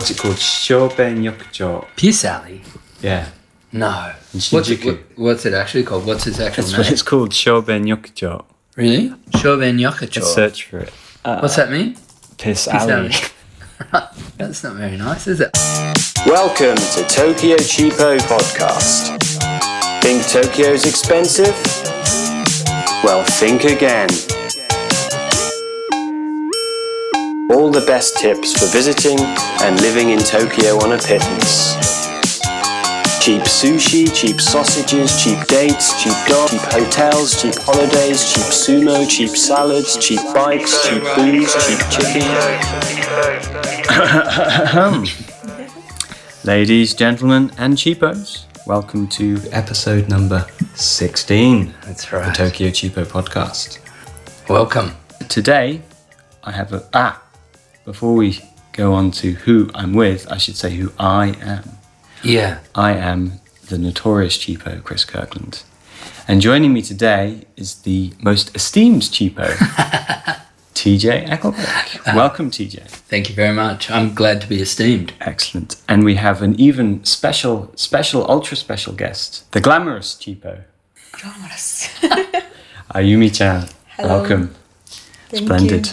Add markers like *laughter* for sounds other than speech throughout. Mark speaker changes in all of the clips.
Speaker 1: what's it called? Shoben Yokucho.
Speaker 2: Peace Alley?
Speaker 1: Yeah.
Speaker 2: No.
Speaker 1: In
Speaker 2: What's it,
Speaker 1: Shinjuku.
Speaker 2: what, what's it actually called? What's its actual
Speaker 1: That's
Speaker 2: name?
Speaker 1: what it's called, Shoben Yokucho.
Speaker 2: Really? Shoben
Speaker 1: Let's
Speaker 2: Yokocho.
Speaker 1: search for it.
Speaker 2: What's that mean?
Speaker 1: Piss uh, Alley.
Speaker 2: Alley. *laughs* That's not very nice, is it?
Speaker 3: Welcome to Tokyo Cheapo Podcast. Think Tokyo's expensive? Well, think again. All the best tips for visiting and living in Tokyo on a pittance. Cheap sushi, cheap sausages, cheap dates, cheap dog, cheap hotels, cheap holidays, cheap sumo, cheap salads, cheap bikes, cheap booze, cheap chicken.
Speaker 1: Ladies, gentlemen, and cheapos, welcome to episode number 16
Speaker 2: That's
Speaker 1: of the
Speaker 2: right.
Speaker 1: Tokyo Cheapo podcast.
Speaker 2: Welcome.
Speaker 1: Today, I have a. Ah! Before we go on to who I'm with, I should say who I am.
Speaker 2: Yeah.
Speaker 1: I am the notorious cheapo, Chris Kirkland. And joining me today is the most esteemed cheapo, TJ Eckelbeck. Welcome, TJ.
Speaker 2: Thank you very much. I'm glad to be esteemed.
Speaker 1: Excellent. And we have an even special, special, ultra special guest, the glamorous cheapo,
Speaker 4: glamorous.
Speaker 1: Ayumi chan.
Speaker 4: Hello.
Speaker 1: Welcome.
Speaker 4: *laughs* Thank
Speaker 1: Splendid.
Speaker 4: You.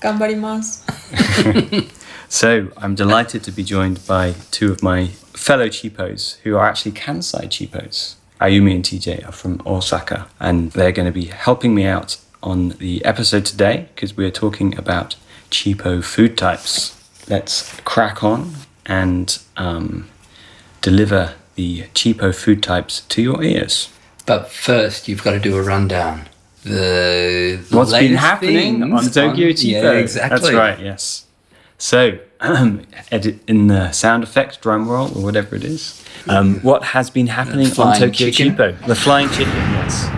Speaker 4: Gambarimasu.
Speaker 1: So I'm delighted to be joined by two of my fellow cheapos who are actually Kansai cheapos. Ayumi and TJ are from Osaka, and they're going to be helping me out on the episode today because we're talking about cheapo food types. Let's crack on and um, deliver the cheapo food types to your ears.
Speaker 2: But first, you've got to do a rundown. The
Speaker 1: What's been
Speaker 2: latest
Speaker 1: happening on
Speaker 2: things
Speaker 1: Tokyo
Speaker 2: on-
Speaker 1: Cheapo?
Speaker 2: Yeah, exactly.
Speaker 1: That's right. Yes. So, *clears throat* edit in the sound effect drum roll or whatever it is. Um, what has been happening on
Speaker 2: flying
Speaker 1: Tokyo
Speaker 2: chicken?
Speaker 1: Cheapo? The flying chicken. Yes.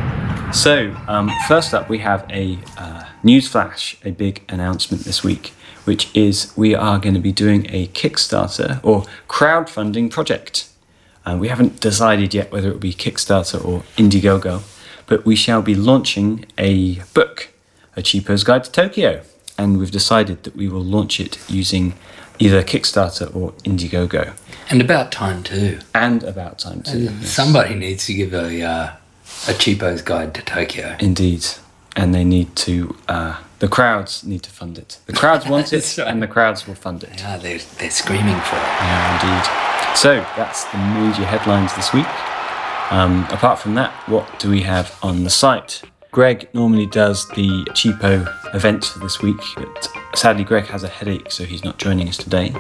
Speaker 1: So, um, first up, we have a uh, news flash, a big announcement this week, which is we are going to be doing a Kickstarter or crowdfunding project. Uh, we haven't decided yet whether it will be Kickstarter or Indiegogo, but we shall be launching a book, A Cheaper's Guide to Tokyo. And we've decided that we will launch it using either Kickstarter or Indiegogo.
Speaker 2: And about time, too.
Speaker 1: And about time too.
Speaker 2: Somebody needs to give a, uh, a cheapo's guide to Tokyo.
Speaker 1: Indeed. And they need to, uh, the crowds need to fund it. The crowds want it,
Speaker 2: *laughs* That's right.
Speaker 1: and the crowds will fund it.
Speaker 2: Ah, they're, they're screaming for it.
Speaker 1: Yeah, indeed. So that's the major headlines this week. Um, apart from that, what do we have on the site? Greg normally does the cheapo events for this week, but sadly, Greg has a headache, so he's not joining us today.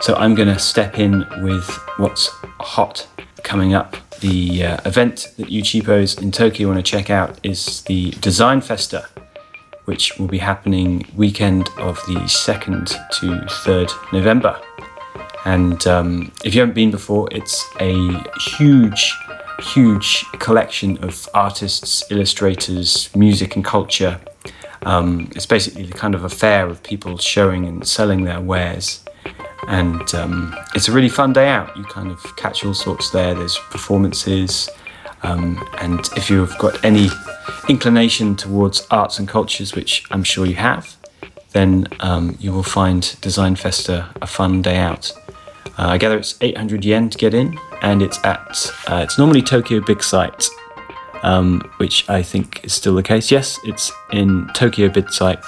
Speaker 1: So I'm going to step in with what's hot coming up. The uh, event that you cheapos in Tokyo want to check out is the Design Festa, which will be happening weekend of the 2nd to 3rd November. And um, if you haven't been before, it's a huge, huge collection of artists, illustrators, music, and culture. Um, it's basically the kind of a fair of people showing and selling their wares. And um, it's a really fun day out. You kind of catch all sorts there. There's performances. Um, and if you've got any inclination towards arts and cultures, which I'm sure you have, then um, you will find Design Festa a fun day out. Uh, I gather it's 800 yen to get in, and it's at uh, it's normally Tokyo Big Sight, um, which I think is still the case. Yes, it's in Tokyo Big Sight,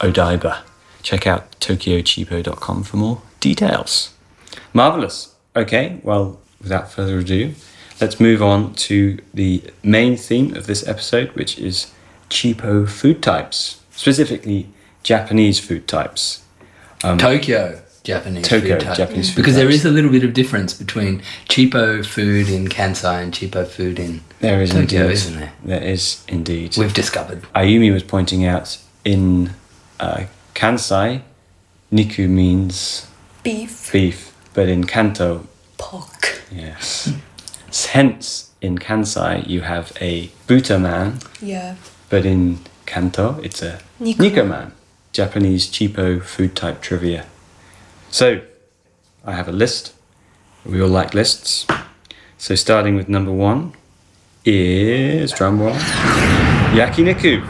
Speaker 1: Odaiba. Check out tokyochipo.com for more details. Marvelous. Okay, well, without further ado, let's move on to the main theme of this episode, which is cheapo food types, specifically Japanese food types.
Speaker 2: Tokyo Japanese
Speaker 1: Tokyo
Speaker 2: food type.
Speaker 1: Japanese food
Speaker 2: because there
Speaker 1: types.
Speaker 2: is a little bit of difference between cheapo food in Kansai and cheapo food in
Speaker 1: There is
Speaker 2: Tokyo,
Speaker 1: indeed.
Speaker 2: isn't there?
Speaker 1: There is indeed.
Speaker 2: We've discovered.
Speaker 1: Ayumi was pointing out in uh, Kansai, niku means
Speaker 4: Beef.
Speaker 1: beef, but in Kanto,
Speaker 4: Pork.
Speaker 1: yes. Hence, in Kansai, you have a buta man,
Speaker 4: Yeah.
Speaker 1: but in Kanto, it's a
Speaker 4: Niku.
Speaker 1: Nikoman, Japanese cheapo food type trivia. So, I have a list. We all like lists. So, starting with number one is drum roll yakiniku.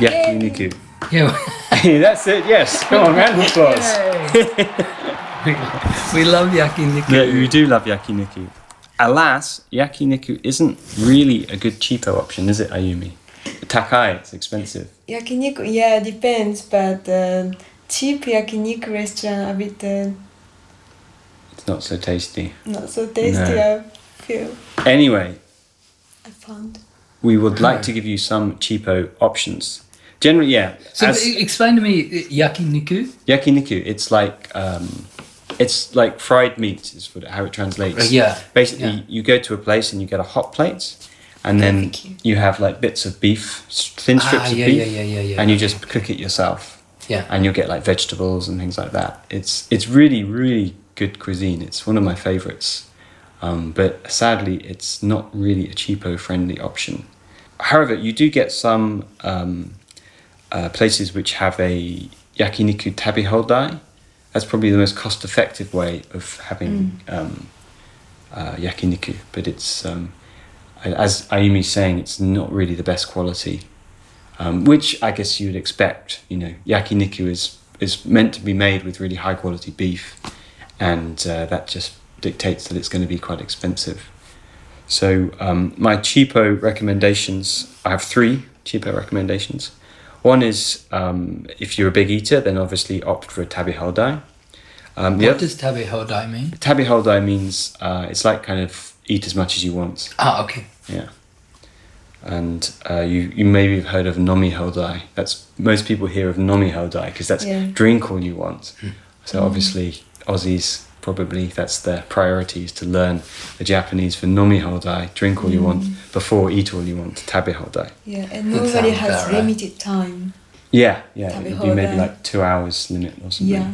Speaker 1: Yakiniku.
Speaker 2: Yeah.
Speaker 1: *laughs* That's it. Yes. Come on, round of applause.
Speaker 2: *laughs* we love yakiniku.
Speaker 1: Yeah, you do love yakiniku. Alas, yakiniku isn't really a good cheapo option, is it, Ayumi? Takai, it's expensive.
Speaker 4: Yakiniku, yeah, depends, but uh, cheap yakiniku restaurant a bit uh,
Speaker 1: It's not so tasty.
Speaker 4: not so tasty.
Speaker 1: No.
Speaker 4: I feel
Speaker 1: Anyway,
Speaker 4: I found.
Speaker 1: we would like to give you some cheapo options. Generally, yeah.
Speaker 2: So
Speaker 1: as-
Speaker 2: e- explain to me uh, yakiniku.
Speaker 1: yakiniku, it's like um, it's like fried meat is what, how it translates.
Speaker 2: Uh, yeah,
Speaker 1: Basically,
Speaker 2: yeah.
Speaker 1: you go to a place and you get a hot plate, and then
Speaker 4: Barbecue.
Speaker 1: you have like bits of beef, s- thin strips of
Speaker 2: Ah, yeah,
Speaker 1: beef,
Speaker 2: yeah, yeah, yeah, yeah,
Speaker 1: and you just cook it yourself.
Speaker 2: Yeah.
Speaker 1: And you'll get like vegetables and things like that. It's it's really really good cuisine. It's one of my favorites. Um, but sadly, it's not really a cheapo friendly option. However, you do get some um, uh, places which have a yakiniku tabi holdai. That's probably the most cost effective way of having
Speaker 2: Mm.
Speaker 1: um, uh, yakiniku, but it's, um, a- as Ayumi's saying, it's not really the best quality, um, which I guess you'd expect. You know, yakiniku is, is meant to be made with really high quality beef, and uh, that just dictates that it's going to be quite expensive. So um, my cheapo recommendations, I have three cheapo recommendations. One is um, if you're a big eater, then obviously opt for a tabi holdai. Um, the
Speaker 2: What
Speaker 1: other,
Speaker 2: does tabe hodai mean?
Speaker 1: tabi holdai means uh, it's like kind of eat as much as you want.
Speaker 2: Ah, okay.
Speaker 1: Yeah. And uh, you, you maybe have heard of nomi hodai. That's most people hear of nomi hodai because that's
Speaker 4: Yeah.
Speaker 1: drink all you want. So obviously Aussies probably that's their priority is to learn the Japanese for nomi hodai, drink all you want
Speaker 4: Hmm.
Speaker 1: before eat all you want, tabe hodai.
Speaker 4: Yeah, and
Speaker 2: That
Speaker 4: nobody
Speaker 2: sounds
Speaker 4: has
Speaker 2: about right.
Speaker 4: limited time.
Speaker 1: Mm. Yeah, yeah,
Speaker 4: Tabe
Speaker 1: it would be maybe
Speaker 4: hodai.
Speaker 1: like two hours limit or something.
Speaker 4: Yeah.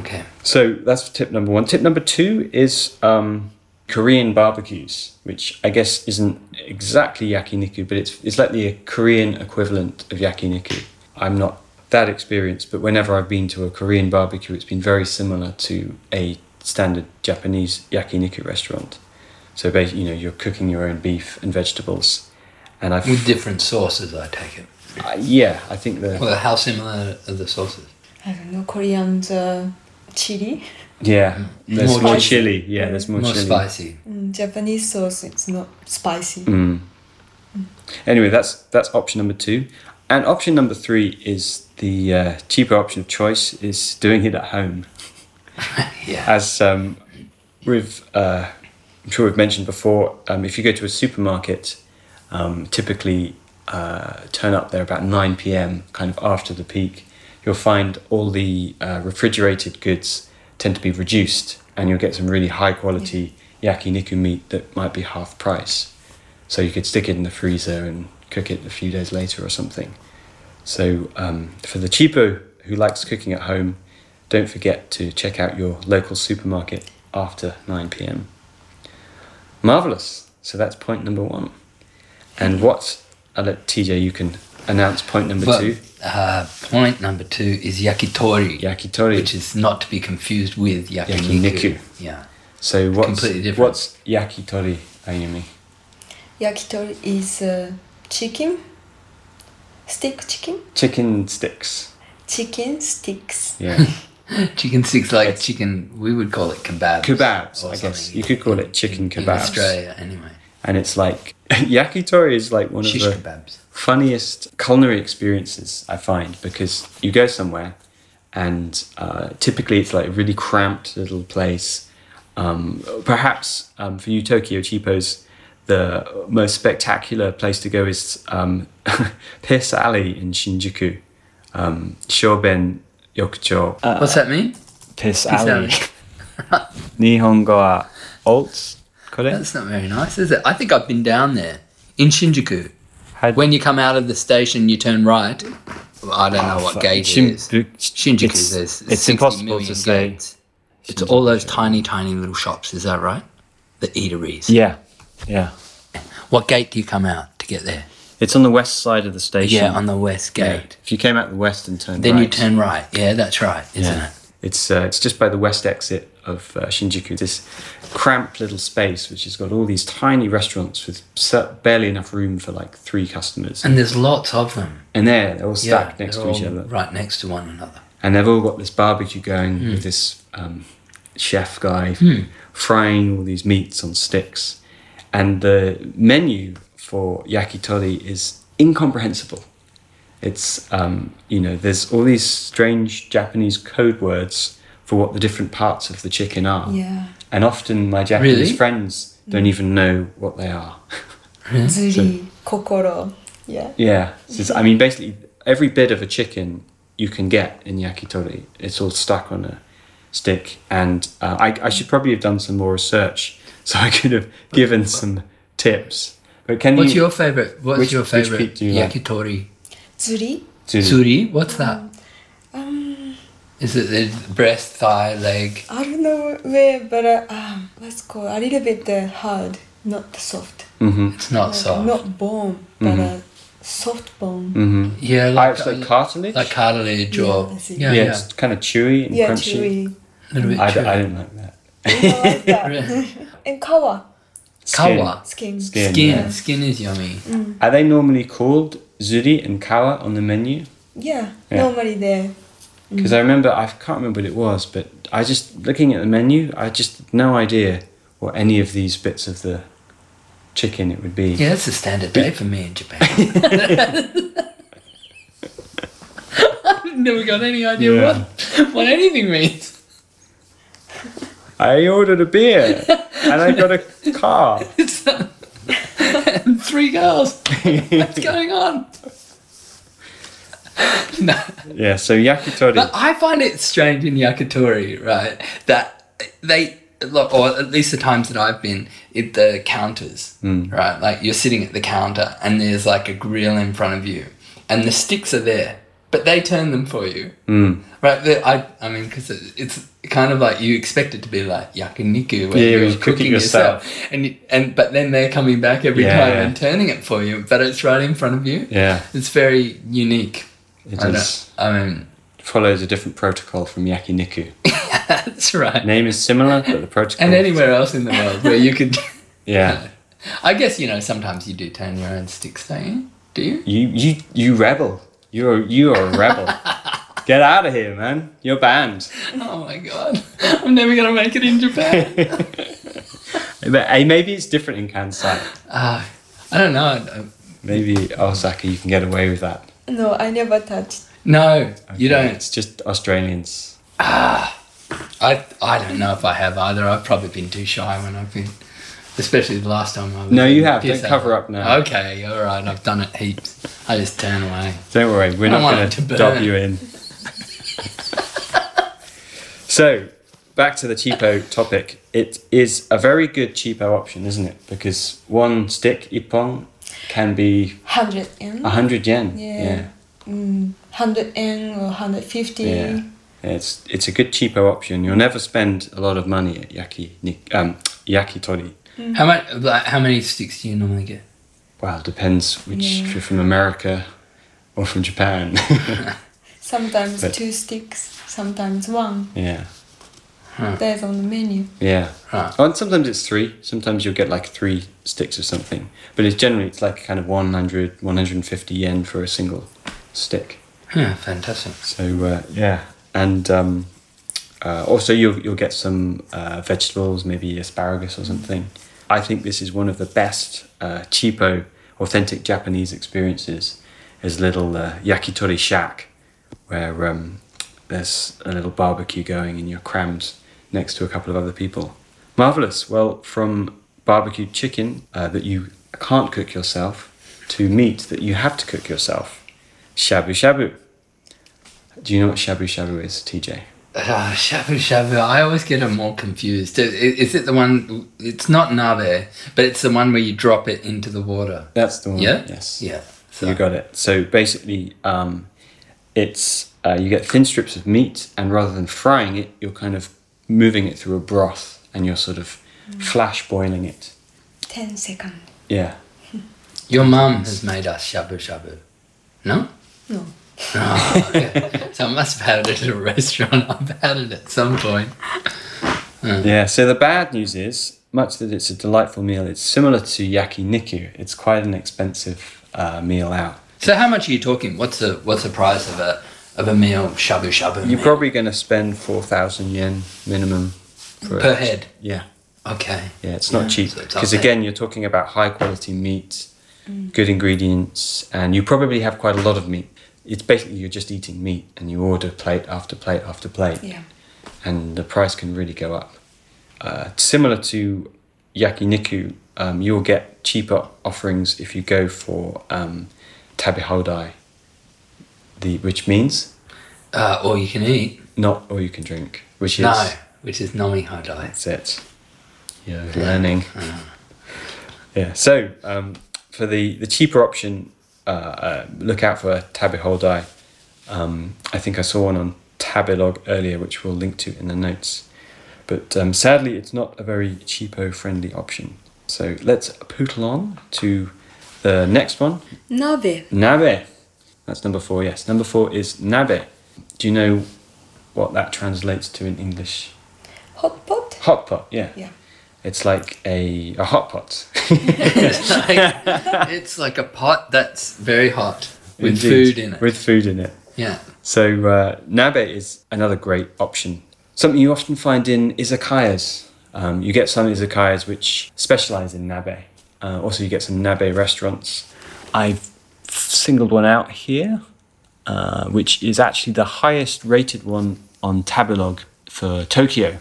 Speaker 2: Okay.
Speaker 1: So that's tip number one. Tip number two is um, Korean barbecues, which I guess isn't exactly yakiniku, but it's it's like the Korean equivalent of yakiniku. I'm not that experienced, but whenever I've been to a Korean barbecue, it's been very similar to a standard Japanese yakiniku restaurant. So basically, you know, you're cooking your own beef and vegetables, and I've
Speaker 2: With different sauces, I take it.
Speaker 1: uh, yeah, I think the
Speaker 2: Well, how similar are the sauces?
Speaker 4: I don't know Korean uh, chili.
Speaker 1: yeah there's
Speaker 2: More
Speaker 1: more,
Speaker 2: spicy.
Speaker 1: chili, yeah, there's more,
Speaker 2: More
Speaker 1: chili.
Speaker 2: spicy.
Speaker 4: Mm, Japanese sauce. It's not spicy.
Speaker 1: Mm. Anyway, that's that's option number two, and option number three is the uh, cheaper option of choice is doing it at home.
Speaker 2: Yeah.
Speaker 1: As um, we've, uh, I'm sure we've mentioned before, um, if you go to a supermarket, um, typically uh, turn up there about nine p.m. kind of after the peak. You'll find all the uh, refrigerated goods tend to be reduced, and you'll get some really high quality yakiniku meat that might be half price so you could stick it in the freezer and cook it a few days later or something. So um, for the cheapo who likes cooking at home, don't forget to check out your local supermarket after 9 p.m. Marvelous. So that's point number one. And what? I'll let TJ. You can announce point number two.
Speaker 2: But uh, point number two is yakitori,
Speaker 1: Yakitori.
Speaker 2: which is not to be confused with yakiniku.
Speaker 1: Yakiniku.
Speaker 2: Yeah.
Speaker 1: so what's
Speaker 2: completely different.
Speaker 1: what's yakitori, Ayumi?
Speaker 4: Yakitori is uh, chicken, stick chicken,
Speaker 1: Chicken sticks.
Speaker 4: chicken sticks.
Speaker 2: *laughs*
Speaker 1: Yeah.
Speaker 2: Chicken sticks like
Speaker 1: It's-
Speaker 2: chicken. We would call it kebabs.
Speaker 1: Kebabs,
Speaker 2: or
Speaker 1: I guess.
Speaker 2: something
Speaker 1: You could call it chicken
Speaker 2: in
Speaker 1: kebabs.
Speaker 2: Australia, anyway.
Speaker 1: and it's like *laughs* yakitori is like one
Speaker 2: Shish
Speaker 1: of the
Speaker 2: kebabs.
Speaker 1: funniest culinary experiences I find because you go somewhere and uh, typically it's like a really cramped little place. Um, perhaps um, for you Tokyo cheapos, the most spectacular place to go is um, *laughs* Piss Alley in Shinjuku, um, Shoben Yokucho. Uh,
Speaker 2: What's that mean?
Speaker 1: Piss *laughs*
Speaker 2: Alley.
Speaker 1: Nihongo wa alt kore?
Speaker 2: That's not very nice, is it? I think I've been down there in Shinjuku.
Speaker 1: Had-
Speaker 2: When you come out of the station, you turn right. Well, I don't
Speaker 1: Ah,
Speaker 2: know what gate
Speaker 1: Shin-
Speaker 2: it is. Shinjuku,
Speaker 1: it's-
Speaker 2: there's
Speaker 1: it's
Speaker 2: 60
Speaker 1: impossible
Speaker 2: million
Speaker 1: to say
Speaker 2: gates. It's all those tiny, tiny little shops. Is that right? The eateries.
Speaker 1: Yeah, yeah.
Speaker 2: What gate do you come out to get there?
Speaker 1: It's on the west side of the station.
Speaker 2: Yeah, on the west
Speaker 1: Yeah.
Speaker 2: gate.
Speaker 1: If you came out the west and turned
Speaker 2: Then you
Speaker 1: right,
Speaker 2: turn right. Yeah, that's right, isn't
Speaker 1: Yeah.
Speaker 2: it?
Speaker 1: It's uh, it's just by the west exit of uh, Shinjuku. This cramped little space which has got all these tiny restaurants with cer- barely enough room for like three customers,
Speaker 2: And there's lots of them.
Speaker 1: and there they're all
Speaker 2: Yeah,
Speaker 1: stacked next
Speaker 2: they're
Speaker 1: to each
Speaker 2: all
Speaker 1: other.
Speaker 2: Right next to one another.
Speaker 1: and they've all got this barbecue going with this um, chef guy frying all these meats on sticks, and the menu for yakitori is incomprehensible. It's um, you know there's all these strange Japanese code words for what the different parts of the chicken are,
Speaker 4: Yeah.
Speaker 1: and often my Japanese
Speaker 2: Really?
Speaker 1: friends don't even know what they are. *laughs*
Speaker 4: Zuri, kokoro. Yeah.
Speaker 1: Yeah. So it's- I mean, basically, every bit of a chicken you can get in yakitori, it's all stuck on a stick. And uh, I, I should probably have done some more research *laughs* so I could have given some tips. But can
Speaker 2: What's
Speaker 1: you?
Speaker 2: your favorite? What's
Speaker 1: which-
Speaker 2: your
Speaker 1: which
Speaker 2: favorite
Speaker 1: bit do you like?
Speaker 2: yakitori?
Speaker 4: Zuri.
Speaker 1: Suzy?
Speaker 2: Suri? What's that?
Speaker 4: Um,
Speaker 2: Is it the breast, thigh, leg?
Speaker 4: I don't know where, but uh, um, let's go a little bit uh, hard, not soft.
Speaker 1: Mm.
Speaker 2: It's not
Speaker 4: Uh,
Speaker 2: soft.
Speaker 4: Not bone, but
Speaker 1: Mm-hmm.
Speaker 4: uh, soft bone.
Speaker 2: Yeah,
Speaker 1: Ah,
Speaker 2: like, uh,
Speaker 1: it's like cartilage.
Speaker 2: like cartilage
Speaker 4: Yeah,
Speaker 2: or
Speaker 4: I see.
Speaker 2: yeah,
Speaker 1: yeah,
Speaker 2: yeah,
Speaker 1: it's kind of chewy and *laughs*
Speaker 4: Yeah,
Speaker 1: crunchy.
Speaker 4: chewy.
Speaker 2: a little bit.
Speaker 1: I, d-
Speaker 2: chewy.
Speaker 1: I don't like that.
Speaker 4: I like that.
Speaker 2: Really?
Speaker 4: and kawa,
Speaker 1: Skin.
Speaker 2: Kawa.
Speaker 4: skin.
Speaker 1: Skin.
Speaker 2: Skin.
Speaker 1: yeah.
Speaker 2: Skin is yummy.
Speaker 4: Mm.
Speaker 1: Are they normally called zuri and kawa on the menu?
Speaker 4: Yeah,
Speaker 1: Yeah.
Speaker 4: normally there.
Speaker 1: Because I remember, I can't remember what it was, but I just, looking at the menu, I just had no idea what any of these bits of the chicken it would be.
Speaker 2: Yeah, that's a standard day for me
Speaker 1: *laughs*
Speaker 2: in Japan. *laughs* I've never got any idea
Speaker 1: Yeah.
Speaker 2: what what anything means.
Speaker 1: I ordered a beer and I got a car.
Speaker 2: *laughs* It's and three girls. What's going on? no.
Speaker 1: Yeah, so yakitori.
Speaker 2: But I find it strange in Yakitori, right? That they look, or at least the times that I've been, it, the counters,
Speaker 1: Hmm.
Speaker 2: right? Like you're sitting at the counter and there's like a grill in front of you, and the sticks are there, but they turn them for you,
Speaker 1: Hmm.
Speaker 2: mm. right? The, I, I mean, because it, it's kind of like you expect it to be like yakiniku, where
Speaker 1: Yeah,
Speaker 2: you're
Speaker 1: you cook it
Speaker 2: cooking
Speaker 1: yourself.
Speaker 2: yourself, and you, and but then they're coming back every
Speaker 1: Yeah,
Speaker 2: time
Speaker 1: yeah.
Speaker 2: and turning it for you, but it's right in front of you.
Speaker 1: yeah,
Speaker 2: It's very unique.
Speaker 1: it
Speaker 2: I don't-
Speaker 1: is,
Speaker 2: I mean,
Speaker 1: follows a different protocol from yakiniku.
Speaker 2: that's right.
Speaker 1: Name is similar, but the protocol.
Speaker 2: And anywhere else in the world where you
Speaker 1: *laughs*
Speaker 2: could.
Speaker 1: Yeah.
Speaker 2: I guess, you know, sometimes you do turn your own sticks, don't you? Do you?
Speaker 1: You, you, you rebel. You're, you are a
Speaker 2: *laughs*
Speaker 1: rebel. Get out of here, man. You're banned.
Speaker 2: Oh my god. I'm never going to make it
Speaker 1: *laughs*
Speaker 2: in Japan.
Speaker 1: But, hey, maybe it's different in Kansai.
Speaker 2: Ah, I don't know. I don't-
Speaker 1: Maybe Osaka, you can get away with that.
Speaker 4: No, I never touched.
Speaker 2: No, you don't.
Speaker 1: It's just Australians.
Speaker 2: I, I don't know if I have either. I've probably been too shy when I've been. Especially the last time I was.
Speaker 1: No,
Speaker 2: in
Speaker 1: you have. Don't
Speaker 2: PSA.
Speaker 1: cover up now.
Speaker 2: Okay, alright. I've done it heaps. I just turn away.
Speaker 1: Don't worry, we're
Speaker 2: I
Speaker 1: not
Speaker 2: want
Speaker 1: going
Speaker 2: it to
Speaker 1: to
Speaker 2: burn.
Speaker 1: dob you in. so, back to the cheapo topic. It is a very good cheapo option, isn't it? Because one stick ippon can be
Speaker 4: 100 yen?
Speaker 1: hundred yen.
Speaker 4: Yeah.
Speaker 1: yeah,
Speaker 4: Mm, 100 yen or 150.
Speaker 1: Yeah. It's it's a good cheapo option. You'll never spend a lot of money at yaki ni- um, yakitori.
Speaker 2: How, much, like, how many sticks do you normally get?
Speaker 1: Well, depends which if you're from America or from Japan. *laughs*
Speaker 4: Sometimes
Speaker 1: But-
Speaker 4: two sticks, sometimes one.
Speaker 1: yeah,
Speaker 4: That's on the menu.
Speaker 1: yeah.
Speaker 2: Right.
Speaker 1: Oh, and sometimes it's three. Sometimes you'll get like three sticks of something. But it's generally, it's like kind of 100, 150 yen for a single stick.
Speaker 2: Huh, fantastic.
Speaker 1: So, uh, yeah. And um, uh, also, you'll, you'll get some uh, vegetables, maybe asparagus or something. I think this is one of the best uh, cheapo, authentic Japanese experiences is little uh, yakitori shack where um, there's a little barbecue going and you're crammed next to a couple of other people. Marvelous. Well, from barbecued chicken uh, that you can't cook yourself to meat that you have to cook yourself. Shabu shabu. Do you know what shabu shabu is, TJ?
Speaker 2: Ah, shabu shabu. I always get them all confused. I- i- Is it the one? It's not nabe, but it's the one where you drop it into the water.
Speaker 1: That's the one.
Speaker 2: Yeah.
Speaker 1: Mm, Yes.
Speaker 2: Yeah.
Speaker 1: You got it. So basically, um, it's uh, you get thin strips of meat, and rather than frying it, you're kind of moving it through a broth, and you're sort of flash boiling it.
Speaker 4: 10 seconds.
Speaker 1: Yeah.
Speaker 2: Your mum has made us shabu shabu. No.
Speaker 4: No.
Speaker 2: Oh, okay. so I must have had it at a restaurant. I've had it at some point.
Speaker 1: Yeah, so the bad news is, much that it's a delightful meal, it's similar to yakiniku. It's quite an expensive uh, meal out.
Speaker 2: So how much are you talking? What's the what's the price of a of a meal, shabu shabu.
Speaker 1: You're
Speaker 2: meal
Speaker 1: probably going to spend 4,000 yen minimum for
Speaker 2: per
Speaker 1: it.
Speaker 2: head.
Speaker 1: Yeah.
Speaker 2: Okay.
Speaker 1: Yeah, it's not cheap.
Speaker 2: so it's up
Speaker 1: Because
Speaker 2: there.
Speaker 1: again, you're talking about high quality meat, good ingredients, and you probably have quite a lot of meat. It's basically you're just eating meat and you order plate after plate after plate.
Speaker 4: Yeah.
Speaker 1: And the price can really go up. Uh, similar to yakiniku, um, you'll get cheaper offerings if you go for um, tabihodai, the, which means
Speaker 2: uh, all you can eat.
Speaker 1: not all you can drink, which is.
Speaker 2: No, which is nomi hodai.
Speaker 1: That's it. Yeah, learning. Yeah. So um, for the the cheaper option, uh, uh, look out for Tabiholdai. Um, I think I saw one on Tabilog earlier, which we'll link to in the notes. But um, sadly, it's not a very cheapo friendly option. So let's pootle on to the next one,
Speaker 4: Nabe.
Speaker 1: nabe. That's number four. Yes, number four is nabe. Do you know what that translates to in English?
Speaker 4: Hot pot?
Speaker 1: Hot pot. Yeah.
Speaker 4: Yeah.
Speaker 1: It's like a, a hot pot. *laughs*
Speaker 2: it's, like, it's like a pot that's very hot with
Speaker 1: Indeed,
Speaker 2: food in it.
Speaker 1: With food in it.
Speaker 2: yeah.
Speaker 1: So uh, nabe is another great option. Something you often find in izakayas. Um, you get some izakayas which specialize in nabe. Uh, also, you get some nabe restaurants. I've singled one out here, uh, which is actually the highest rated one on Tabelog for Tokyo,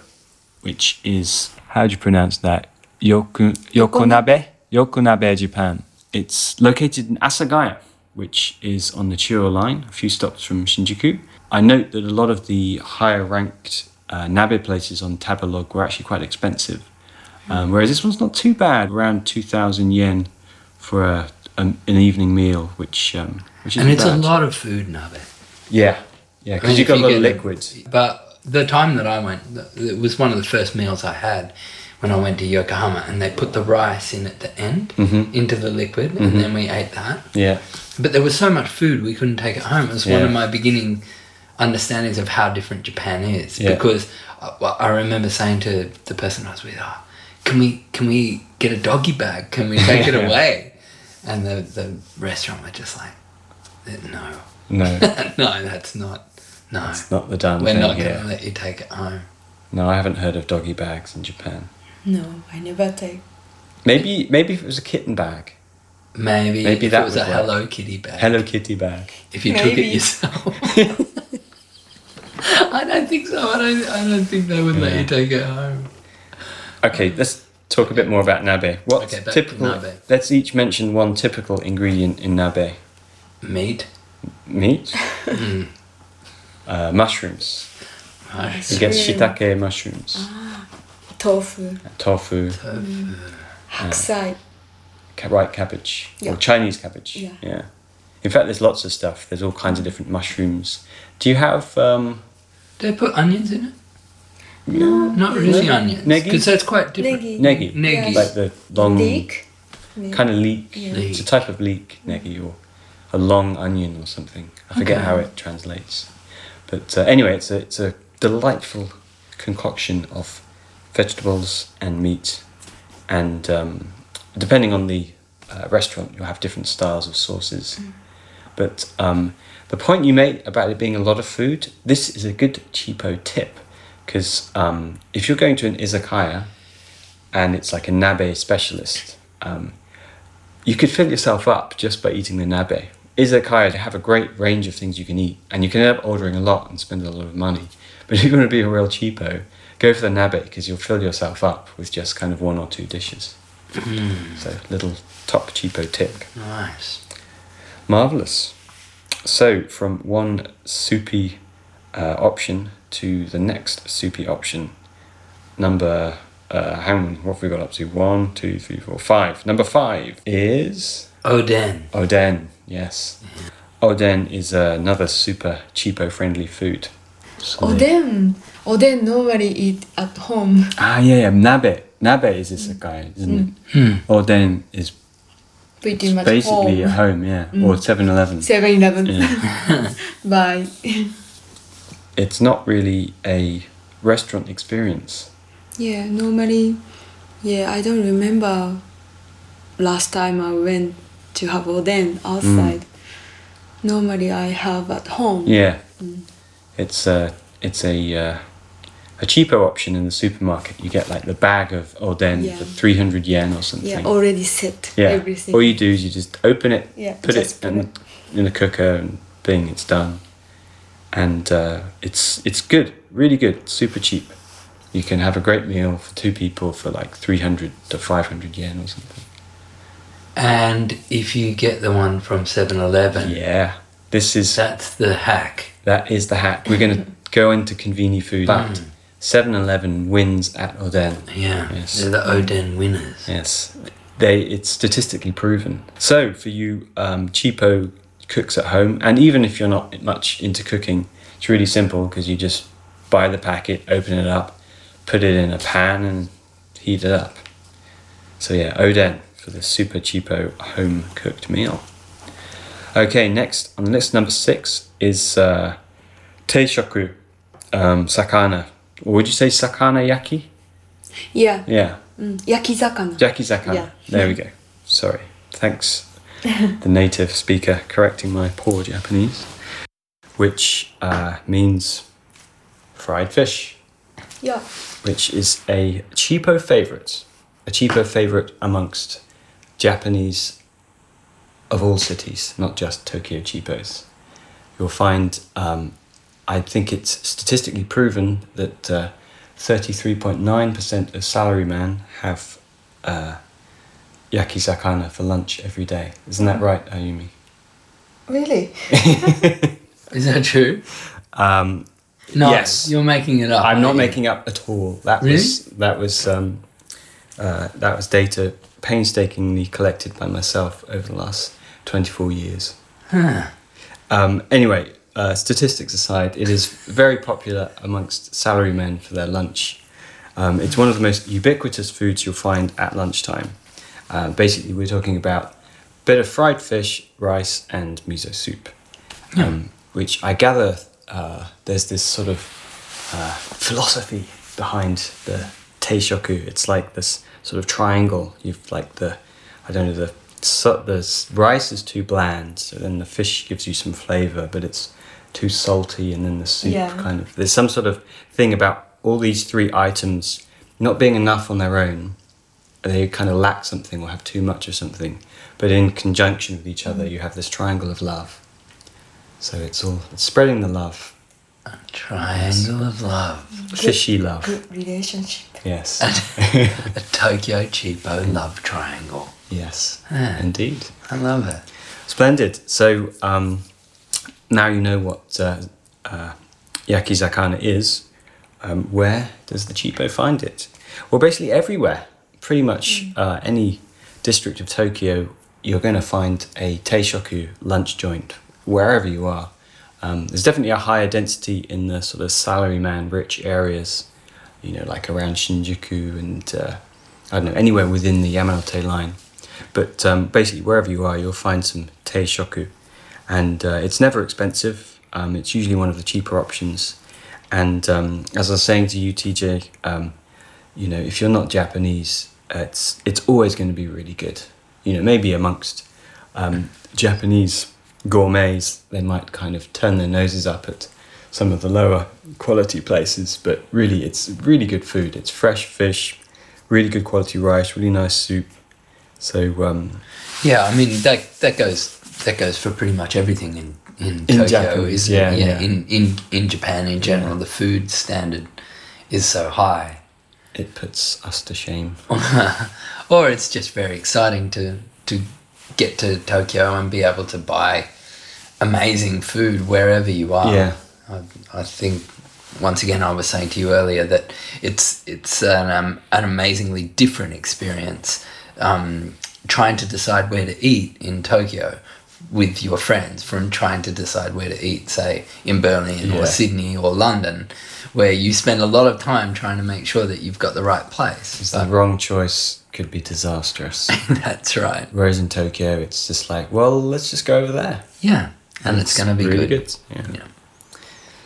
Speaker 1: which is how do you pronounce that? Yoku, yokonabe? Yokonabe, Japan. It's located in Asagaya, which is on the Chuo line, a few stops from Shinjuku. I note that a lot of the higher ranked uh, nabe places on Tabelog were actually quite expensive, um, whereas this one's not too bad, around 2,000 yen for a, an, an evening meal, which, um, which is
Speaker 2: And it's a
Speaker 1: bad.
Speaker 2: lot of food, nabe.
Speaker 1: Yeah, yeah,
Speaker 2: I mean,
Speaker 1: because you've
Speaker 2: if
Speaker 1: got a lot of
Speaker 2: get
Speaker 1: liquid.
Speaker 2: But the time that I went, th- it was one of the first meals I had when I went to Yokohama, and they put the rice in at the end
Speaker 1: Mm-hmm.
Speaker 2: into the liquid, and then we ate that.
Speaker 1: Yeah,
Speaker 2: But there was so much food we couldn't take it home. It was one
Speaker 1: Yeah.
Speaker 2: of my beginning understandings of how different Japan is
Speaker 1: Yeah.
Speaker 2: because I, well, I remember saying to the person I was with, oh, "Can we can we get a doggy bag? Can we
Speaker 1: *laughs*
Speaker 2: take it away?" And the the restaurant were just like, "No, *laughs*
Speaker 1: no,
Speaker 2: no, that's not no."
Speaker 1: it's not the damn
Speaker 2: We're
Speaker 1: thing
Speaker 2: not going
Speaker 1: here.
Speaker 2: to let you take it home.
Speaker 1: No, I haven't heard of doggy bags in Japan.
Speaker 4: No, I never take.
Speaker 1: Maybe, maybe if it was a kitten bag,
Speaker 2: Maybe,
Speaker 1: Maybe
Speaker 2: if
Speaker 1: that
Speaker 2: it was
Speaker 1: would
Speaker 2: a
Speaker 1: work.
Speaker 2: Hello Kitty bag.
Speaker 1: Hello Kitty bag.
Speaker 2: if you took
Speaker 4: Maybe.
Speaker 2: it
Speaker 1: *laughs*
Speaker 2: yourself. *laughs* I don't think so. I don't. I don't think they would let you take it home.
Speaker 1: Okay, let's talk a bit more about nabe. What's
Speaker 2: Okay, back to
Speaker 1: typical?
Speaker 2: nabe.
Speaker 1: Let's each mention one typical ingredient in nabe:
Speaker 2: Meat.
Speaker 1: meat,
Speaker 2: Hmm.
Speaker 1: uh, mushrooms.
Speaker 2: Right.
Speaker 1: You get
Speaker 4: Mushroom.
Speaker 1: shiitake mushrooms,
Speaker 4: Ah. Tofu,
Speaker 1: tofu,
Speaker 4: haksai.
Speaker 1: ca- white cabbage
Speaker 4: Yeah.
Speaker 1: or Chinese cabbage.
Speaker 4: Yeah.
Speaker 1: In fact, there's lots of stuff. There's all kinds of different mushrooms. Do you have um,
Speaker 2: Do they put onions in it? No, not really onions.
Speaker 1: Negi?
Speaker 2: because that's quite different.
Speaker 4: Negi.
Speaker 1: negi?
Speaker 2: Negi.
Speaker 1: Like the long
Speaker 4: Leek. Yeah.
Speaker 1: kind of leek.
Speaker 2: Leek.
Speaker 1: It's a type of leek, negi, or a long onion or something. I forget how it translates. But uh, anyway, it's a, it's a delightful concoction of vegetables and meat. And um, depending on the uh, restaurant, you'll have different styles of sauces. But um, the point you made about it being a lot of food, this is a good cheapo tip. Because um, if you're going to an izakaya and it's like a nabe specialist, um, you could fill yourself up just by eating the nabe. Izakaya have a great range of things you can eat, and you can end up ordering a lot and spend a lot of money. But *laughs* if you want to be a real cheapo, go for the nabe because you'll fill yourself up with just kind of one or two dishes. So, little top cheapo tip.
Speaker 2: Hmm, Nice.
Speaker 1: Marvelous. So, from one soupy uh, option to the next soupy option, number uh, how many? What have we got up to? One, two, three, four, five. Number five is
Speaker 2: Oden.
Speaker 1: Oden, yes. Oden is uh, another super cheapo friendly food. So they-
Speaker 4: Oden. Oden nobody eat at home.
Speaker 1: Ah, yeah, yeah. Nabe. Nabe is this
Speaker 4: Mm.
Speaker 1: guy, isn't it? Oden is
Speaker 4: Pretty much Mm.
Speaker 1: basically at home,
Speaker 4: home.
Speaker 1: yeah. Or 7 Eleven.
Speaker 4: 7-Eleven. *laughs* Bye.
Speaker 1: It's not really a restaurant experience.
Speaker 4: Yeah, normally, yeah, I don't remember last time I went to have oden outside. Normally I have at home.
Speaker 1: Mm. Yeah.
Speaker 4: Mm.
Speaker 1: It's a it's a uh, a cheaper option in the supermarket. You get like the bag of oden
Speaker 4: Yeah.
Speaker 1: for three hundred yen or something.
Speaker 4: Yeah, already set
Speaker 1: Yeah.
Speaker 4: everything.
Speaker 1: All you do is you just open it,
Speaker 4: Yeah,
Speaker 1: put it,
Speaker 4: just put
Speaker 1: in,
Speaker 4: it.
Speaker 1: in the cooker, and bing, it's done. And uh, it's it's good, really good, super cheap. You can have a great meal for two people for like three hundred to five hundred yen or something.
Speaker 2: And if you get the one from 7 Eleven,
Speaker 1: Yeah, this is
Speaker 2: that's the hack.
Speaker 1: that is the hack. We're
Speaker 4: *laughs*
Speaker 1: gonna go into conveni food, but 7-Eleven wins at Oden.
Speaker 2: Yeah.
Speaker 1: Yes.
Speaker 2: They're the Oden winners.
Speaker 1: Yes, they it's statistically proven. So for you um, cheapo cooks at home, and even if you're not much into cooking, it's really simple because you just buy the packet, open it up, put it in a pan, and heat it up. So yeah, Oden for the super cheapo home cooked meal. Okay, next on the list number six is uh, teishoku, um, sakana. Or would you say sakana yaki?
Speaker 4: Yeah.
Speaker 1: Yeah,
Speaker 4: Mm. Yakizakana.
Speaker 1: Jackie Zakana.
Speaker 4: Yeah.
Speaker 1: There we go. Sorry. Thanks, the native speaker, correcting my poor Japanese, which uh, means fried fish,
Speaker 4: yeah.
Speaker 1: which is a cheapo favorite, a cheapo favorite amongst Japanese of all cities, not just Tokyo cheapos. You'll find, um, I think it's statistically proven that uh, 33.9% of salarymen have uh, yakizakana for lunch every day. Isn't that right, Ayumi?
Speaker 4: Really?
Speaker 2: Is that true?
Speaker 1: Um,
Speaker 2: No.
Speaker 1: Yes.
Speaker 2: You're making it up.
Speaker 1: I'm not
Speaker 2: aren't you?
Speaker 1: making up at all. That
Speaker 2: Really?
Speaker 1: was that was um, uh, that was data painstakingly collected by myself over the last 24 years.
Speaker 2: Huh.
Speaker 1: Um, anyway, uh, statistics aside, it is very popular amongst salarymen for their lunch. Um, it's one of the most ubiquitous foods you'll find at lunchtime. Uh, basically, we're talking about a bit of fried fish, rice, and miso soup, um, which I gather uh, there's this sort of uh, philosophy behind the teishoku. It's like this sort of triangle. You've like the, I don't know, the so, the s- rice is too bland, so then the fish gives you some flavor, but it's too salty, and then the soup
Speaker 4: Yeah.
Speaker 1: kind of. There's some sort of thing about all these three items not being enough on their own. They kind of lack something or have too much of something, but in conjunction with each other, you have this triangle of love. So it's all it's spreading the love,
Speaker 2: Triangle of love.
Speaker 1: fishy love.
Speaker 4: Good relationship.
Speaker 1: Yes.
Speaker 2: A Tokyo cheapo love triangle.
Speaker 1: yes.
Speaker 2: Ah.
Speaker 1: Indeed.
Speaker 2: I love it.
Speaker 1: Splendid. So um, now you know what uh, uh, yakizakana is. Um, where does the cheapo find it? Well, basically everywhere. Pretty much uh, any district of Tokyo, you're going to find a teishoku lunch joint wherever you are. Um, there's definitely a higher density in the sort of salaryman rich areas, you know, like around Shinjuku and uh, I don't know, anywhere within the Yamanote line. But um, basically, wherever you are, you'll find some teishoku. And uh, it's never expensive, um, it's usually one of the cheaper options. And um, as I was saying to you, TJ, um, you know, if you're not Japanese, uh, it's, it's always going to be really good. You know, maybe amongst um, Japanese gourmets, they might kind of turn their noses up at some of the lower quality places, but really, it's really good food. It's fresh fish, really good quality rice, really nice soup. So um,
Speaker 2: Yeah, I mean that that goes that goes for pretty much everything in in, Tokyo,
Speaker 1: Japan,
Speaker 2: isn't
Speaker 1: yeah,
Speaker 2: it? Yeah,
Speaker 1: yeah.
Speaker 2: In, in in Japan in general, the food standard is so high,
Speaker 1: it puts us to shame.
Speaker 2: or it's just very exciting to to get to Tokyo and be able to buy amazing food wherever you are.
Speaker 1: Yeah.
Speaker 2: I, I think once again I was saying to you earlier that it's it's an um, an amazingly different experience um, trying to decide where to eat in Tokyo with your friends from trying to decide where to eat say in Berlin
Speaker 1: Yeah.
Speaker 2: or Sydney or London where you spend a lot of time trying to make sure that you've got the right place
Speaker 1: The wrong choice could be disastrous.
Speaker 2: *laughs* that's right
Speaker 1: Whereas in Tokyo, it's just like, well, let's just go over there.
Speaker 2: yeah and it's, going to be
Speaker 1: really
Speaker 2: good,
Speaker 1: Yeah.
Speaker 2: Yeah.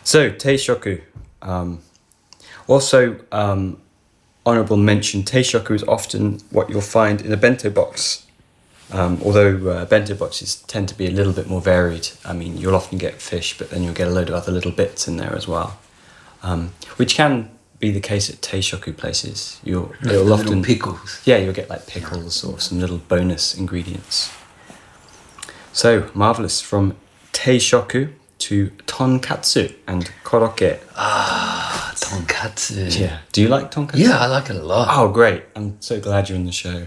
Speaker 1: So teishoku. Um, also, um, honourable mention: teishoku is often what you'll find in a bento box Um, although uh, bento boxes tend to be a little bit more varied. I mean, you'll often get fish, but then you'll get a load of other little bits in there as well, um, which can be the case at teishoku places. You'll, you'll
Speaker 2: Little
Speaker 1: often
Speaker 2: pickles.
Speaker 1: Yeah, you'll get like pickles or some little bonus ingredients. So marvelous from teishoku to tonkatsu and koroke.
Speaker 2: Tonkatsu.
Speaker 1: Yeah, do you like tonkatsu?
Speaker 2: Ah, uh, Yeah, I like it a lot.
Speaker 1: Oh, great! I'm so glad you're on the
Speaker 2: *laughs*
Speaker 1: show.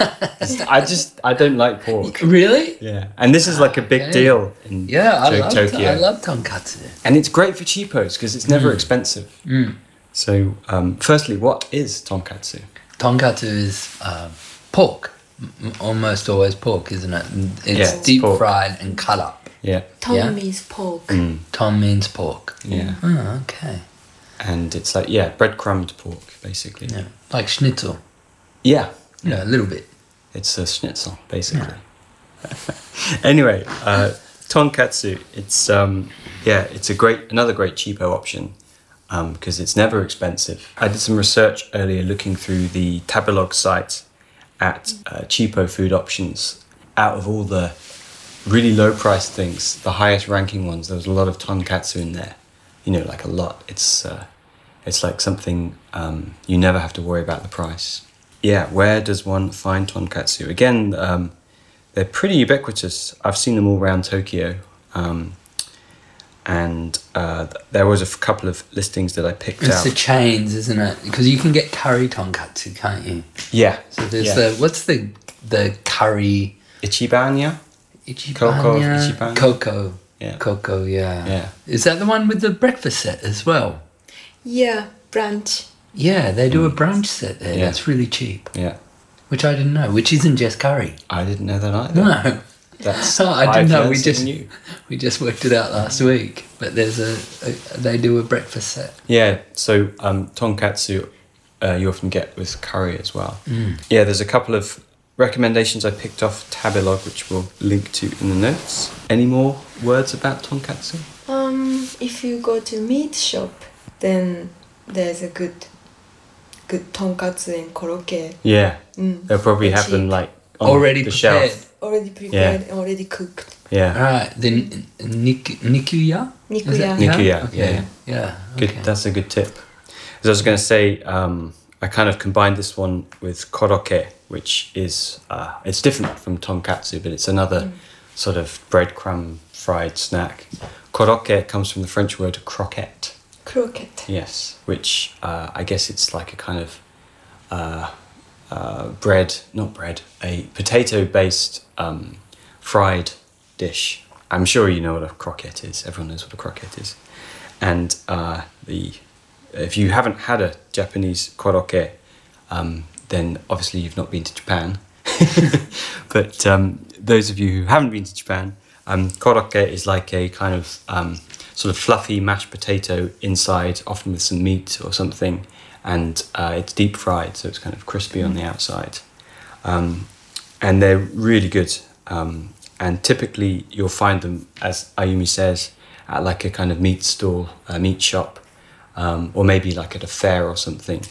Speaker 1: I just I don't like pork.
Speaker 2: Oh, Really?
Speaker 1: Yeah, and this is like a big
Speaker 2: Okay.
Speaker 1: deal in
Speaker 2: Yeah, I
Speaker 1: to-
Speaker 2: love,
Speaker 1: Tokyo,
Speaker 2: I love Mm. tonkatsu.
Speaker 1: and it's great for cheapos because it's never expensive.
Speaker 2: Mm.
Speaker 1: So, um, firstly, what is tonkatsu?
Speaker 2: Tonkatsu is uh, pork, M- m- almost always pork, isn't it? And It's
Speaker 1: Yeah, it's
Speaker 2: deep
Speaker 1: pork.
Speaker 2: fried and cut up.
Speaker 1: Yeah,
Speaker 4: Tom
Speaker 2: Yeah. Mm.
Speaker 4: is pork.
Speaker 2: Tom means pork.
Speaker 1: yeah,
Speaker 2: Oh, okay.
Speaker 1: and it's like yeah, breadcrumbed pork basically.
Speaker 2: Yeah, like schnitzel.
Speaker 1: Yeah,
Speaker 2: Yeah, a little bit.
Speaker 1: it's a schnitzel basically. anyway, uh, tonkatsu. It's um, yeah, it's a great another great cheapo option because it's never expensive. I did some research earlier looking through the Tabelog site at uh, cheapo food options. Out of all the really low priced things, the highest ranking ones, there was a lot of tonkatsu in there. You know, like a lot. It's uh, it's like something um, you never have to worry about the price. Yeah, where does one find tonkatsu? Again, um, they're pretty ubiquitous. I've seen them all around Tokyo. Um, and uh, th- there was a f- couple of listings that I picked
Speaker 2: It's
Speaker 1: out.
Speaker 2: the chains, isn't it? Because you can get curry tonkatsu, can't you?
Speaker 1: yeah.
Speaker 2: So there's
Speaker 1: yeah.
Speaker 2: the what's the the curry
Speaker 1: Ichibanya. Coco,
Speaker 2: ichibanya
Speaker 1: ichiban.
Speaker 2: coco
Speaker 1: Yeah.
Speaker 2: coco yeah
Speaker 1: Yeah.
Speaker 2: is that the one with the breakfast set as well?
Speaker 4: Yeah, brunch.
Speaker 2: Yeah, they do a brunch set there.
Speaker 1: Mm. Yeah.
Speaker 2: That's really cheap,
Speaker 1: Yeah.
Speaker 2: which I didn't know. Which isn't just curry.
Speaker 1: I didn't know that either.
Speaker 2: No, *laughs*
Speaker 1: That's
Speaker 2: I
Speaker 1: I've
Speaker 2: didn't know.
Speaker 1: learned
Speaker 2: We
Speaker 1: something
Speaker 2: just
Speaker 1: new.
Speaker 2: we just worked it out last week. But there's a, a they do a breakfast set.
Speaker 1: Yeah, so um, tonkatsu uh, you often get with curry as well.
Speaker 2: Mm.
Speaker 1: Yeah, there's a couple of recommendations I picked off Tabelog, which we'll link to in the notes. Any more words about tonkatsu?
Speaker 4: Um, if you go to meat shop, then there's a good, good tonkatsu and koroke
Speaker 1: Yeah,
Speaker 4: Mm.
Speaker 1: they'll probably have them
Speaker 4: Cheap.
Speaker 1: like on
Speaker 2: Already
Speaker 1: the
Speaker 2: prepared.
Speaker 1: shelf.
Speaker 4: already prepared, already cooked.
Speaker 2: All
Speaker 1: Yeah,
Speaker 2: right, the n- nik- nikuya. Is it
Speaker 4: Nikuya.
Speaker 1: Nikuya, yeah,
Speaker 2: Okay. Yeah.
Speaker 1: good.
Speaker 2: okay.
Speaker 1: That's a good tip. As I was going to say, um, I kind of combined this one with koroke, which is uh, it's different from tonkatsu, but it's another sort of breadcrumb fried snack. Koroke comes from the French word croquette.
Speaker 4: Croquette.
Speaker 1: Yes, which uh, I guess it's like a kind of uh, uh, bread, not bread, a potato-based um, fried dish. I'm sure you know what a croquette is. Everyone knows what a croquette is, and uh, the if you haven't had a Japanese koroke, um, then obviously you've not been to Japan. *laughs* but um, those of you who haven't been to Japan, um, koroke is like a kind of um, sort of fluffy mashed potato inside, often with some meat or something, and uh, it's deep fried, so it's kind of crispy on the outside. Um, and they're really good. Um, and typically, you'll find them, as Ayumi says, at like a kind of meat stall, a meat shop, um, or maybe like at a fair or something,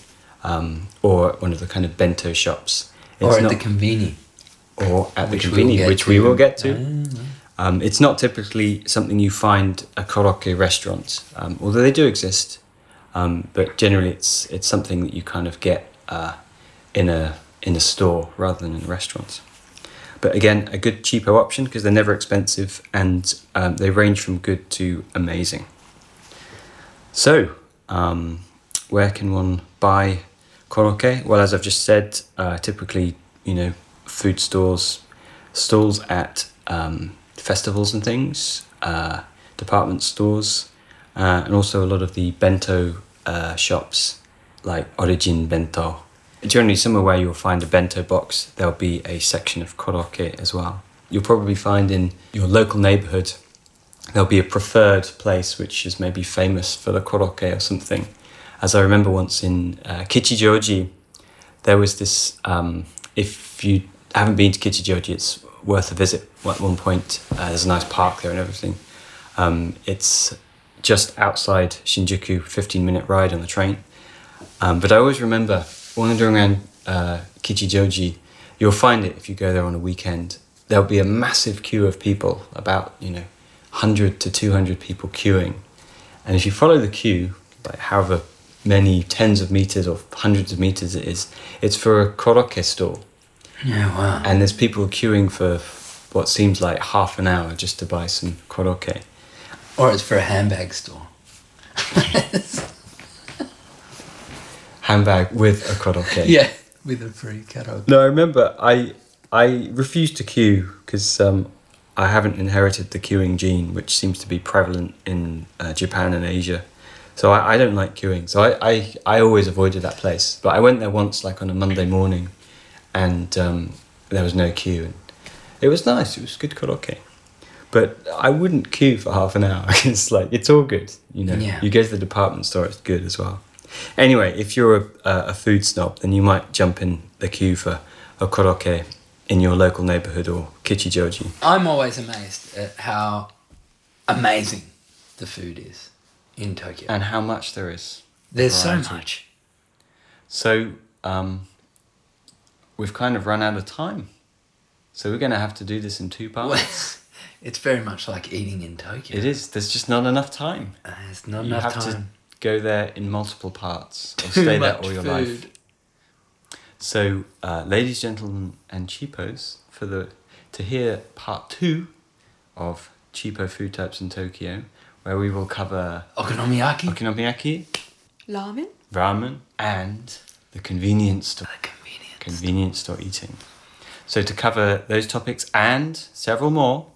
Speaker 1: um, or at one of the kind of bento shops.
Speaker 2: Or
Speaker 1: It's
Speaker 2: at
Speaker 1: not-
Speaker 2: the conveni.
Speaker 1: or at the
Speaker 2: Which we will
Speaker 1: convenience,
Speaker 2: get
Speaker 1: which we
Speaker 2: to. Ah,
Speaker 1: will get to. Um, it's not typically something you find at karaoke restaurants, um, although they do exist. Um, but generally, it's it's something that you kind of get uh, in a in a store rather than in restaurants. But again, a good cheapo option because they're never expensive and um, they range from good to amazing. So, um, where can one buy koroke? Well, as I've just said, uh, typically, you know, food stores, stalls at um, festivals and things, uh, department stores, uh, and also a lot of the bento uh, shops like Origin Bento. Generally, somewhere where you'll find a bento box, there'll be a section of koroke as well. You'll probably find in your local neighborhood there'll be a preferred place which is maybe famous for the koroke or something. As I remember once in uh, Kichijoji, there was this. Um, if you haven't been to Kichijoji, it's worth a visit at one point. Uh, there's a nice park there and everything. Um, it's just outside Shinjuku, 15 minute ride on the train. Um, but I always remember wandering around uh, Kichijoji, You'll find it if you go there on a weekend. There'll be a massive queue of people, about you know, hundred to two hundred people queuing, and if you follow the queue, like however many tens of meters or hundreds of meters it is, it's for a karaoke store
Speaker 2: Yeah, wow.
Speaker 1: and there's people queuing for what seems like half an hour just to buy some karaoke.
Speaker 2: Or it's for a
Speaker 1: *laughs*
Speaker 2: handbag store.
Speaker 1: Handbag with a karaoke.
Speaker 2: *laughs* *laughs* Yeah, with a free
Speaker 1: *laughs*
Speaker 2: catalog.
Speaker 1: No, I remember I I refused to queue because um, I haven't inherited the queuing gene, which seems to be prevalent in uh, Japan and Asia. So I, I don't like queuing. So I, I, I always avoided that place. But I went there once, like on a Monday morning, and um, there was no queue. And it was nice. It was good karaoke. But I wouldn't queue for half an hour. *laughs* it's like it's all good, you know.
Speaker 2: Yeah.
Speaker 1: You go to the department store; it's good as well. Anyway, if you're a, a a food snob, then you might jump in the queue for a karaoke in your local neighborhood or kichijoji.
Speaker 2: I'm always amazed at how amazing the food is in Tokyo.
Speaker 1: And how much there is.
Speaker 2: There's so
Speaker 1: variety.
Speaker 2: much. *laughs*
Speaker 1: So um, we've kind of run out of time. So we're going to have to do this in two parts.
Speaker 2: it's very much like eating in Tokyo.
Speaker 1: it is. There's just not enough time.
Speaker 2: Uh, It's not
Speaker 1: you
Speaker 2: enough
Speaker 1: have
Speaker 2: time.
Speaker 1: to go there in multiple parts or
Speaker 2: Too
Speaker 1: *laughs* stay there
Speaker 2: much
Speaker 1: all your
Speaker 2: food.
Speaker 1: life. So, uh, ladies, gentlemen, and cheapos, for the to hear part two of cheapo food types in Tokyo, where we will cover
Speaker 2: Okonomiyaki.
Speaker 1: okonomiyaki,
Speaker 4: Ramen?
Speaker 1: ramen, and the convenience store.
Speaker 2: The convenience.
Speaker 1: Convenience store eating. So, to cover those topics and several more,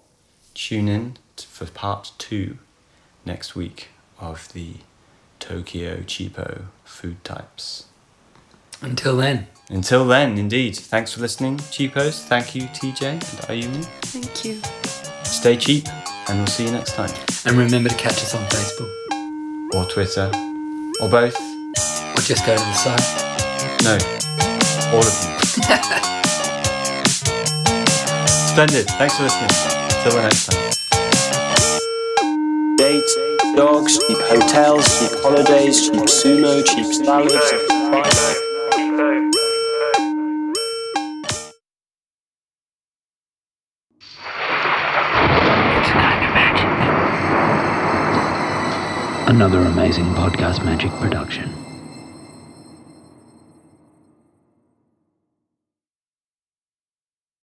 Speaker 1: tune in t- for part two next week of the Tokyo cheapo food types.
Speaker 2: Until then.
Speaker 1: Until then, indeed, thanks for listening, cheapos. Thank you, TJ and Ayumi.
Speaker 4: Thank you.
Speaker 1: Stay cheap, and we'll see you next time.
Speaker 2: And remember to catch us on Facebook
Speaker 1: Or Twitter, or both.
Speaker 2: or just go to the site.
Speaker 1: No, all of them. Splendid. Thanks for listening. Till the next time.
Speaker 3: Dates, dogs, cheap hotels, cheap holidays, cheap sumo, cheap salads.
Speaker 2: Another amazing podcast magic production.